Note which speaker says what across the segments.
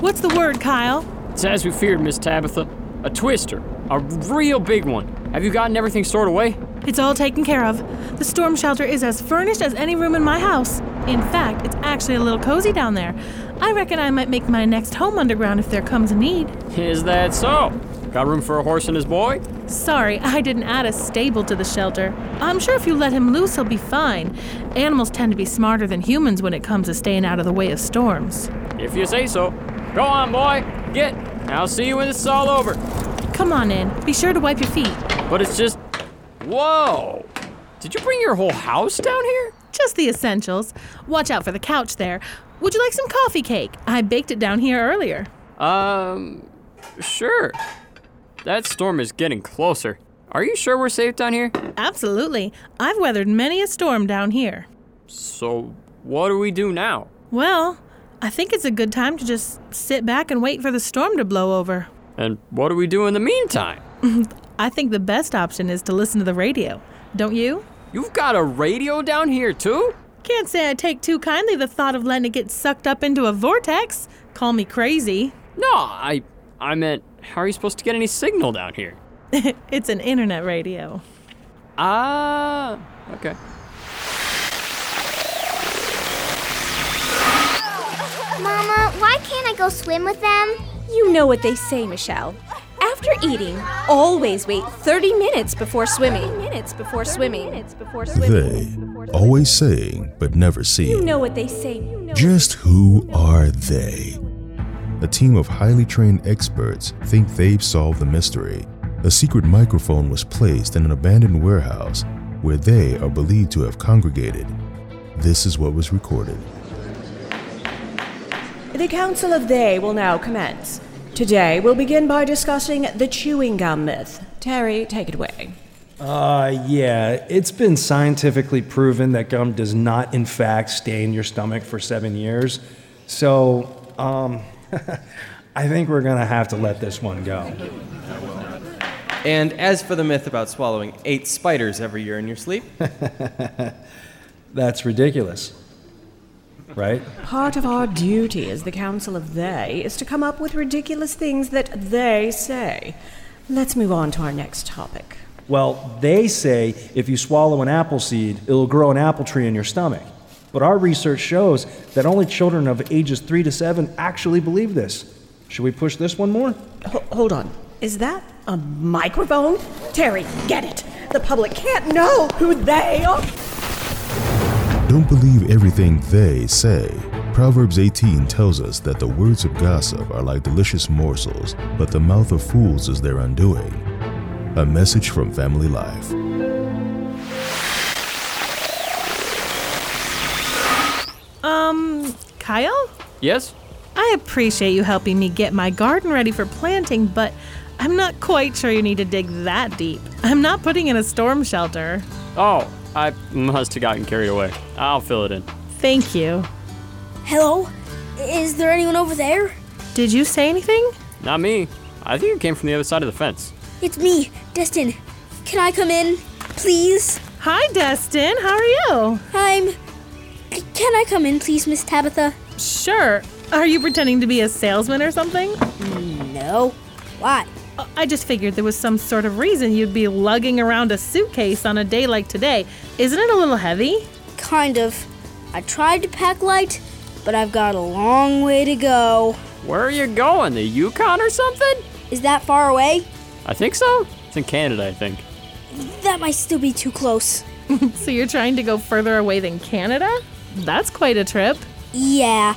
Speaker 1: What's the word, Kyle?
Speaker 2: It's as we feared, Miss Tabitha. A twister. A real big one. Have you gotten everything stored away?
Speaker 1: It's all taken care of. The storm shelter is as furnished as any room in my house. In fact, it's actually a little cozy down there. I reckon I might make my next home underground if there comes a need.
Speaker 2: Is that so? Got room for a horse and his boy?
Speaker 1: Sorry, I didn't add a stable to the shelter. I'm sure if you let him loose, he'll be fine. Animals tend to be smarter than humans when it comes to staying out of the way of storms.
Speaker 2: If you say so. Go on, boy. Get. I'll see you when this is all over.
Speaker 1: Come on in. Be sure to wipe your feet.
Speaker 2: But it's just. Whoa! Did you bring your whole house down here?
Speaker 1: Just the essentials. Watch out for the couch there. Would you like some coffee cake? I baked it down here earlier.
Speaker 2: Um, sure. That storm is getting closer. Are you sure we're safe down here?
Speaker 1: Absolutely. I've weathered many a storm down here.
Speaker 2: So, what do we do now?
Speaker 1: Well, I think it's a good time to just sit back and wait for the storm to blow over.
Speaker 2: And what do we do in the meantime?
Speaker 1: I think the best option is to listen to the radio. Don't you?
Speaker 2: You've got a radio down here, too?
Speaker 1: Can't say I take too kindly the thought of letting it get sucked up into a vortex. Call me crazy.
Speaker 2: No, I. I meant, how are you supposed to get any signal down here?
Speaker 1: it's an internet radio.
Speaker 2: Ah, okay.
Speaker 3: Mama, why can't I go swim with them?
Speaker 4: You know what they say, Michelle. After eating, always wait 30 minutes before swimming. minutes before swimming. Minutes before
Speaker 5: They, always saying but never
Speaker 4: You
Speaker 5: seeing.
Speaker 4: know what they say.
Speaker 5: Just who are they? A team of highly trained experts think they've solved the mystery. A secret microphone was placed in an abandoned warehouse where they are believed to have congregated. This is what was recorded.
Speaker 6: The Council of They will now commence. Today, we'll begin by discussing the chewing gum myth. Terry, take it away.
Speaker 7: Uh, yeah, it's been scientifically proven that gum does not, in fact, stay in your stomach for seven years. So, um, I think we're gonna have to let this one go.
Speaker 8: And as for the myth about swallowing eight spiders every year in your sleep,
Speaker 7: That's ridiculous, right?
Speaker 6: Part of our duty as the Council of They is to come up with ridiculous things that they say. Let's move on to our next topic.
Speaker 7: Well, they say if you swallow an apple seed, it'll grow an apple tree in your stomach. But our research shows that only children of ages three to seven actually believe this. Should we push this one more?
Speaker 6: Ho- hold on. Is that a microphone? Terry, get it! The public can't know who they are!
Speaker 5: Don't believe everything they say. Proverbs 18 tells us that the words of gossip are like delicious morsels, but the mouth of fools is their undoing. A message from Family Life.
Speaker 1: Um, Kyle?
Speaker 2: Yes?
Speaker 1: I appreciate you helping me get my garden ready for planting, but I'm not quite sure you need to dig that deep. I'm not putting in a storm shelter.
Speaker 2: Oh, I must have gotten carried away. I'll fill it in.
Speaker 1: Thank you.
Speaker 3: Hello? Is there anyone over there?
Speaker 1: Did you say anything?
Speaker 2: Not me. I think it came from the other side of the fence.
Speaker 3: It's me, Destin. Can I come in, please?
Speaker 1: Hi, Destin. How are you?
Speaker 3: I'm. C- Can I come in, please, Miss Tabitha?
Speaker 1: Sure. Are you pretending to be a salesman or something?
Speaker 3: No. Why?
Speaker 1: Uh, I just figured there was some sort of reason you'd be lugging around a suitcase on a day like today. Isn't it a little heavy?
Speaker 3: Kind of. I tried to pack light, but I've got a long way to go.
Speaker 2: Where are you going? The Yukon or something?
Speaker 3: Is that far away?
Speaker 2: I think so. It's in Canada, I think.
Speaker 3: That might still be too close.
Speaker 1: So you're trying to go further away than Canada? That's quite a trip.
Speaker 3: Yeah.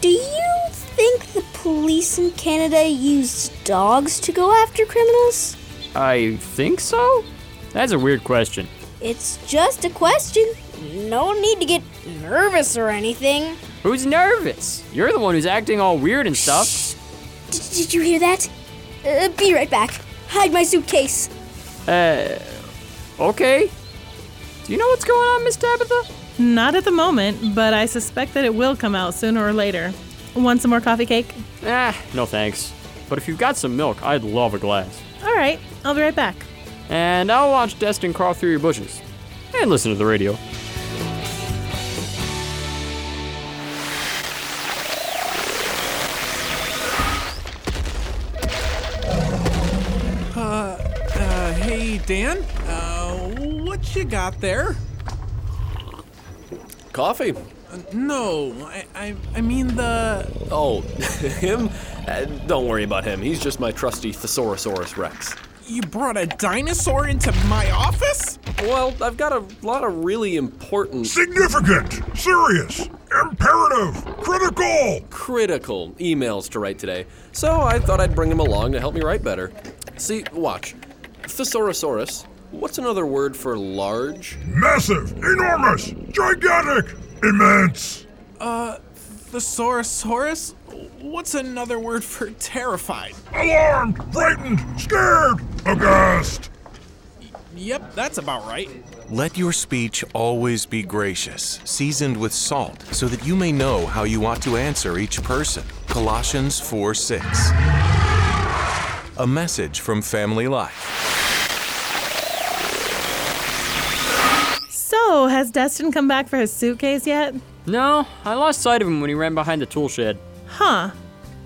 Speaker 3: Do you think the police in Canada use dogs to go after criminals?
Speaker 2: I think so? That's a weird question.
Speaker 3: It's just a question. No need to get nervous or anything.
Speaker 2: Who's nervous? You're the one who's acting all weird and stuff.
Speaker 3: D- did you hear that? Uh, be right back. Hide my suitcase.
Speaker 2: Okay. Do you know what's going on, Miss Tabitha?
Speaker 1: Not at the moment, but I suspect that it will come out sooner or later. Want some more coffee cake?
Speaker 2: Ah, no thanks. But if you've got some milk, I'd love a glass.
Speaker 1: All right, I'll be right back.
Speaker 2: And I'll watch Destin crawl through your bushes. And listen to the radio.
Speaker 9: Dan. Uh, what you got there?
Speaker 10: Coffee.
Speaker 9: No, I, I, I mean the.
Speaker 10: Oh, him? Uh, don't worry about him. He's just my trusty Thesaurosaurus Rex.
Speaker 9: You brought a dinosaur into my office?
Speaker 10: Well, I've got a lot of really important.
Speaker 11: Significant, serious, imperative, critical.
Speaker 10: critical emails to write today, so I thought I'd bring him along to help me write better. See, watch. Thesaurosaurus, what's another word for large?
Speaker 11: Massive, enormous, gigantic, immense.
Speaker 9: Uh, Thesaurosaurus? What's another word for terrified?
Speaker 11: Alarmed, frightened, scared, aghast.
Speaker 9: Yep, that's about right.
Speaker 12: Let your speech always be gracious, seasoned with salt, so that you may know how you ought to answer each person. Colossians 4 6. A message from family life.
Speaker 1: So, has Destin come back for his suitcase yet?
Speaker 2: No, I lost sight of him when he ran behind the tool shed.
Speaker 1: Huh.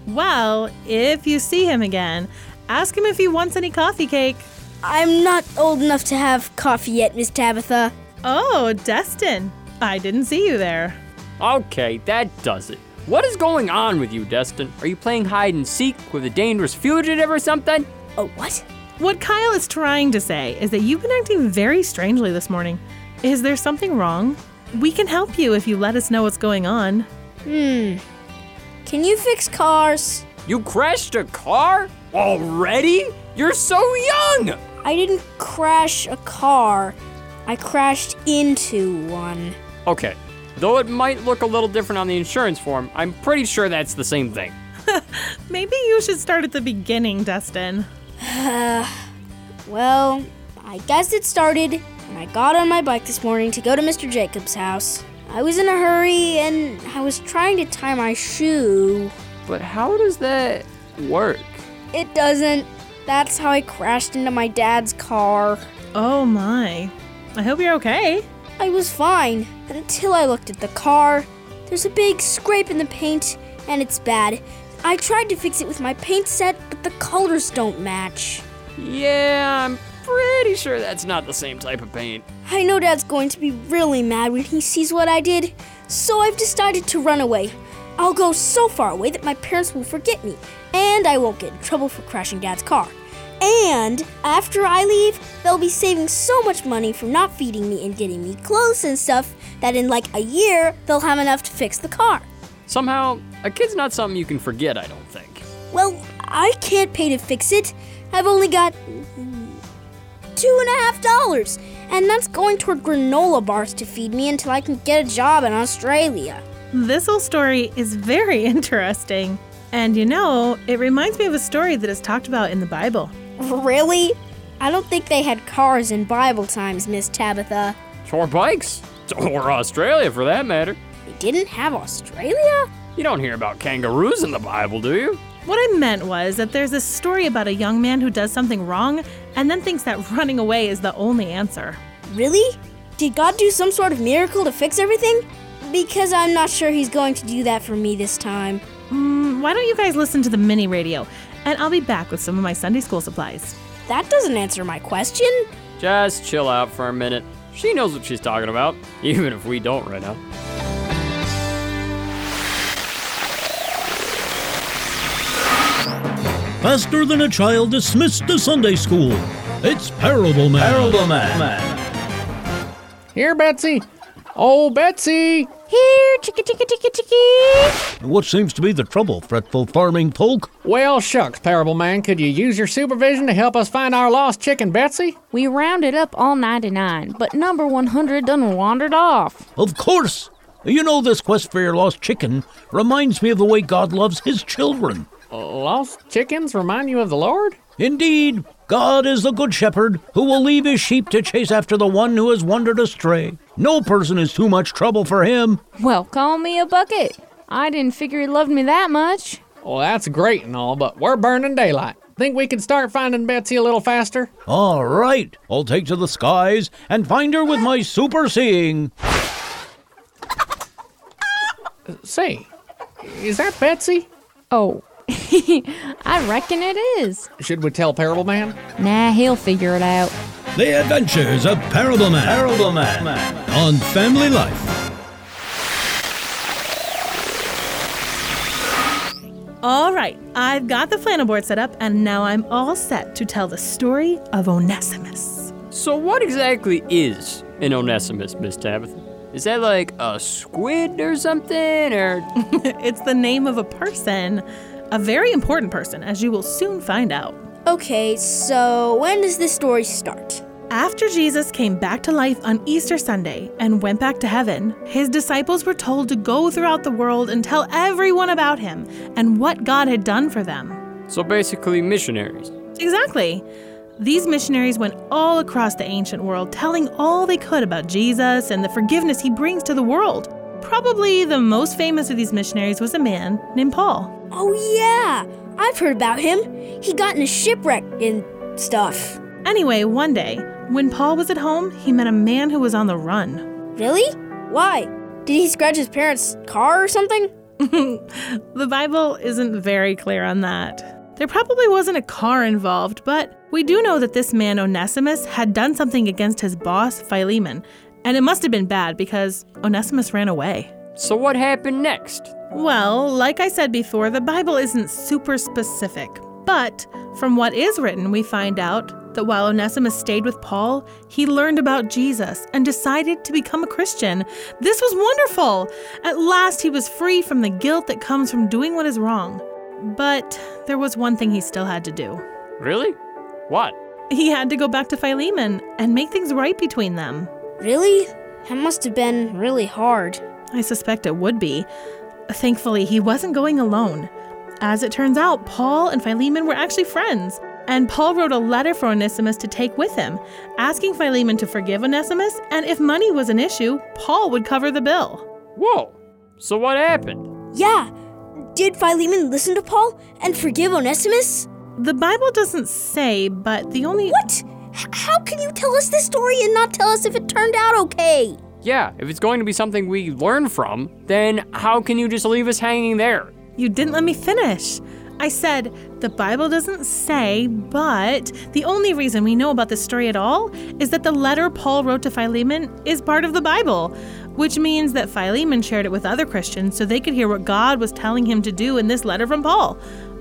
Speaker 1: Well, if you see him again, ask him if he wants any coffee cake.
Speaker 3: I'm not old enough to have coffee yet, Miss Tabitha.
Speaker 1: Oh, Destin. I didn't see you there.
Speaker 2: Okay, that does it. What is going on with you, Destin? Are you playing hide and seek with a dangerous fugitive or something?
Speaker 3: Oh, what?
Speaker 1: What Kyle is trying to say is that you've been acting very strangely this morning. Is there something wrong? We can help you if you let us know what's going on.
Speaker 3: Hmm. Can you fix cars?
Speaker 2: You crashed a car? Already? You're so young!
Speaker 3: I didn't crash a car. I crashed into one.
Speaker 2: Okay, though it might look a little different on the insurance form, I'm pretty sure that's the same thing.
Speaker 1: Maybe you should start at the beginning, Destin.
Speaker 3: well, I guess it started when I got on my bike this morning to go to Mr. Jacob's house. I was in a hurry and I was trying to tie my shoe.
Speaker 2: But how does that work?
Speaker 3: It doesn't. That's how I crashed into my dad's car.
Speaker 1: Oh my. I hope you're okay.
Speaker 3: I was fine until I looked at the car. There's a big scrape in the paint and it's bad. I tried to fix it with my paint set, but the colors don't match.
Speaker 2: Yeah, I'm pretty sure that's not the same type of paint.
Speaker 3: I know Dad's going to be really mad when he sees what I did, so I've decided to run away. I'll go so far away that my parents will forget me, and I won't get in trouble for crashing Dad's car. And after I leave, they'll be saving so much money from not feeding me and getting me clothes and stuff that in like a year, they'll have enough to fix the car.
Speaker 2: Somehow, a kid's not something you can forget, I don't think.
Speaker 3: Well, I can't pay to fix it. I've only got mm, two and a half dollars, and that's going toward granola bars to feed me until I can get a job in Australia.
Speaker 1: This whole story is very interesting. And you know, it reminds me of a story that is talked about in the Bible.
Speaker 3: Really? I don't think they had cars in Bible times, Miss Tabitha.
Speaker 2: Or bikes. Or Australia, for that matter.
Speaker 3: They didn't have Australia?
Speaker 2: You don't hear about kangaroos in the Bible, do you?
Speaker 1: What I meant was that there's this story about a young man who does something wrong and then thinks that running away is the only answer.
Speaker 3: Really? Did God do some sort of miracle to fix everything? Because I'm not sure He's going to do that for me this time.
Speaker 1: Mm, why don't you guys listen to the mini radio? And I'll be back with some of my Sunday school supplies.
Speaker 3: That doesn't answer my question.
Speaker 2: Just chill out for a minute. She knows what she's talking about, even if we don't right now.
Speaker 13: Faster than a child dismissed to Sunday school. It's Parable Man.
Speaker 14: Parable Man.
Speaker 15: Here, Betsy. Oh, Betsy.
Speaker 13: Here, chicka chicka chicka chicka. What seems to be the trouble, fretful farming folk?
Speaker 15: Well, shucks, Parable Man, could you use your supervision to help us find our lost chicken, Betsy?
Speaker 16: We rounded up all 99, but number 100 done wandered off.
Speaker 13: Of course! You know, this quest for your lost chicken reminds me of the way God loves his children.
Speaker 15: Lost chickens remind you of the Lord?
Speaker 13: Indeed, God is the good shepherd who will leave his sheep to chase after the one who has wandered astray. No person is too much trouble for him.
Speaker 16: Well, call me a bucket. I didn't figure he loved me that much.
Speaker 15: Well, that's great and all, but we're burning daylight. Think we could start finding Betsy a little faster?
Speaker 13: All right, I'll take to the skies and find her with my super seeing.
Speaker 15: Say, is that Betsy?
Speaker 16: Oh, I reckon it is.
Speaker 15: Should we tell Parable Man?
Speaker 16: Nah, he'll figure it out.
Speaker 14: The Adventures of Parable Man. Parable Man. On Family Life.
Speaker 1: All right, I've got the flannel board set up, and now I'm all set to tell the story of Onesimus.
Speaker 2: So, what exactly is an Onesimus, Miss Tabitha? Is that like a squid or something? Or
Speaker 1: it's the name of a person, a very important person, as you will soon find out.
Speaker 3: Okay, so when does this story start?
Speaker 1: After Jesus came back to life on Easter Sunday and went back to heaven, his disciples were told to go throughout the world and tell everyone about him and what God had done for them.
Speaker 2: So basically, missionaries.
Speaker 1: Exactly. These missionaries went all across the ancient world telling all they could about Jesus and the forgiveness he brings to the world. Probably the most famous of these missionaries was a man named Paul.
Speaker 3: Oh, yeah! I've heard about him. He got in a shipwreck and stuff.
Speaker 1: Anyway, one day, when Paul was at home, he met a man who was on the run.
Speaker 3: Really? Why? Did he scratch his parents' car or something?
Speaker 1: The Bible isn't very clear on that. There probably wasn't a car involved, but we do know that this man Onesimus had done something against his boss Philemon, and it must have been bad because Onesimus ran away.
Speaker 2: So, what happened next?
Speaker 1: Well, like I said before, the Bible isn't super specific, but from what is written, we find out that while Onesimus stayed with Paul, he learned about Jesus and decided to become a Christian. This was wonderful! At last, he was free from the guilt that comes from doing what is wrong. But there was one thing he still had to do.
Speaker 2: Really? What?
Speaker 1: He had to go back to Philemon and make things right between them.
Speaker 3: Really? That must have been really hard.
Speaker 1: I suspect it would be. Thankfully, he wasn't going alone. As it turns out, Paul and Philemon were actually friends, and Paul wrote a letter for Onesimus to take with him, asking Philemon to forgive Onesimus, and if money was an issue, Paul would cover the bill.
Speaker 2: Whoa! So, what happened?
Speaker 3: Yeah! Did Philemon listen to Paul and forgive Onesimus?
Speaker 1: The Bible doesn't say, but the only.
Speaker 3: What? H- how can you tell us this story and not tell us if it turned out okay?
Speaker 2: Yeah, if it's going to be something we learn from, then how can you just leave us hanging there?
Speaker 1: You didn't let me finish. I said, the Bible doesn't say, but the only reason we know about this story at all is that the letter Paul wrote to Philemon is part of the Bible, which means that Philemon shared it with other Christians so they could hear what God was telling him to do in this letter from Paul,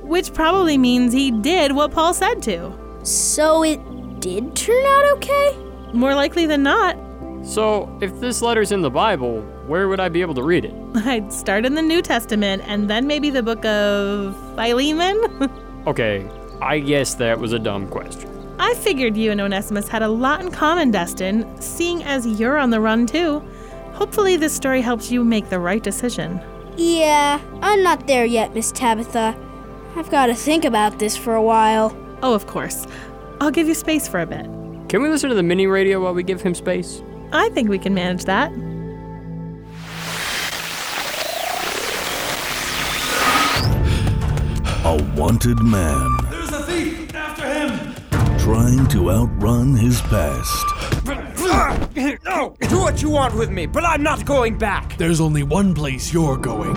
Speaker 1: which probably means he did what Paul said to.
Speaker 3: So it did turn out okay?
Speaker 1: More likely than not,
Speaker 2: So, if this letter's in the Bible, where would I be able to read it?
Speaker 1: I'd start in the New Testament and then maybe the book of Philemon.
Speaker 2: Okay, I guess that was a dumb question.
Speaker 1: I figured you and Onesimus had a lot in common, Destin, seeing as you're on the run too. Hopefully, this story helps you make the right decision.
Speaker 3: Yeah, I'm not there yet, Miss Tabitha. I've got to think about this for a while.
Speaker 1: Oh, of course. I'll give you space for a bit.
Speaker 2: Can we listen to the mini radio while we give him space?
Speaker 1: I think we can manage that.
Speaker 17: A wanted man
Speaker 18: There's a thief after him!
Speaker 17: trying to outrun his past.
Speaker 19: No! Do what you want with me, but I'm not going back!
Speaker 17: There's only one place you're going.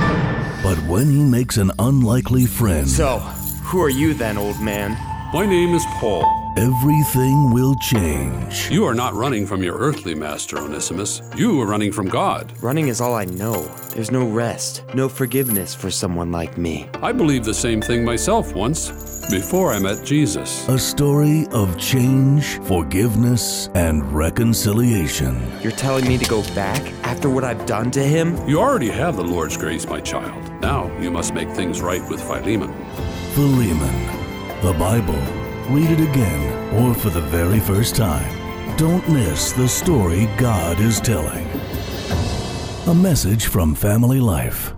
Speaker 17: But when he makes an unlikely friend. So,
Speaker 19: who are you then, old man?
Speaker 20: My name is Paul.
Speaker 17: Everything will change.
Speaker 20: You are not running from your earthly master, Onesimus. You are running from God.
Speaker 19: Running is all I know. There's no rest, no forgiveness for someone like me.
Speaker 20: I believed the same thing myself once, before I met Jesus.
Speaker 17: A story of change, forgiveness, and reconciliation.
Speaker 19: You're telling me to go back after what I've done to him?
Speaker 20: You already have the Lord's grace, my child. Now you must make things right with Philemon.
Speaker 17: Philemon, the Bible. Read it again or for the very first time. Don't miss the story God is telling. A message from Family Life.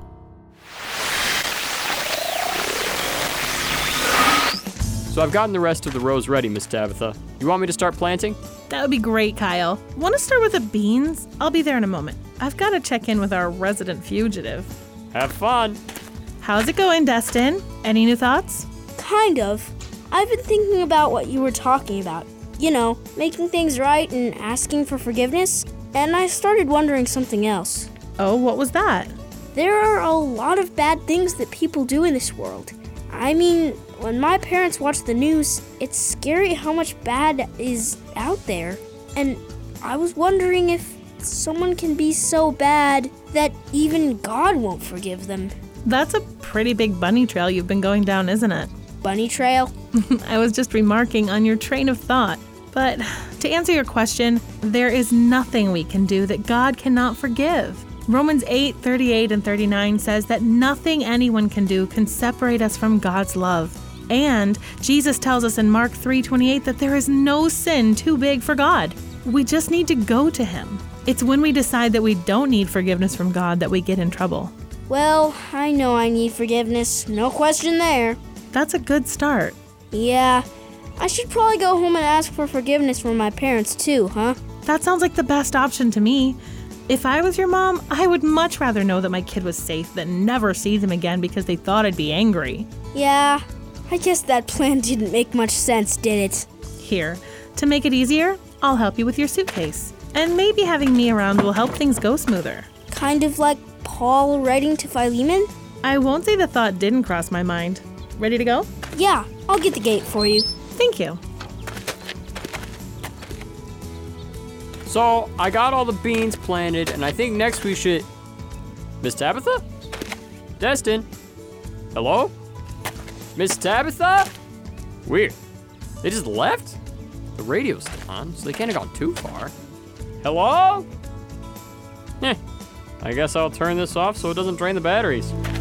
Speaker 2: So, I've gotten the rest of the rows ready, Miss Tabitha. You want me to start planting?
Speaker 1: That would be great, Kyle. Want to start with the beans? I'll be there in a moment. I've got to check in with our resident fugitive.
Speaker 2: Have fun!
Speaker 1: How's it going, Destin? Any new thoughts?
Speaker 3: Kind of. I've been thinking about what you were talking about. You know, making things right and asking for forgiveness. And I started wondering something else.
Speaker 1: Oh, what was that?
Speaker 3: There are a lot of bad things that people do in this world. I mean, when my parents watch the news, it's scary how much bad is out there. And I was wondering if someone can be so bad that even God won't forgive them.
Speaker 1: That's a pretty big bunny trail you've been going down, isn't it?
Speaker 3: Bunny trail?
Speaker 1: I was just remarking on your train of thought. But to answer your question, there is nothing we can do that God cannot forgive. Romans 8, 38, and 39 says that nothing anyone can do can separate us from God's love. And Jesus tells us in Mark 3, 28 that there is no sin too big for God. We just need to go to Him. It's when we decide that we don't need forgiveness from God that we get in trouble.
Speaker 3: Well, I know I need forgiveness. No question there.
Speaker 1: That's a good start.
Speaker 3: Yeah. I should probably go home and ask for forgiveness from my parents, too, huh?
Speaker 1: That sounds like the best option to me. If I was your mom, I would much rather know that my kid was safe than never see them again because they thought I'd be angry.
Speaker 3: Yeah. I guess that plan didn't make much sense, did it?
Speaker 1: Here, to make it easier, I'll help you with your suitcase. And maybe having me around will help things go smoother.
Speaker 3: Kind of like Paul writing to Philemon?
Speaker 1: I won't say the thought didn't cross my mind. Ready to go?
Speaker 3: Yeah, I'll get the gate for you.
Speaker 1: Thank you.
Speaker 2: So I got all the beans planted, and I think next we should. Miss Tabitha? Destin? Hello? Miss Tabitha? Weird. They just left? The radio's still on, so they can't have gone too far. Hello? Eh. I guess I'll turn this off so it doesn't drain the batteries.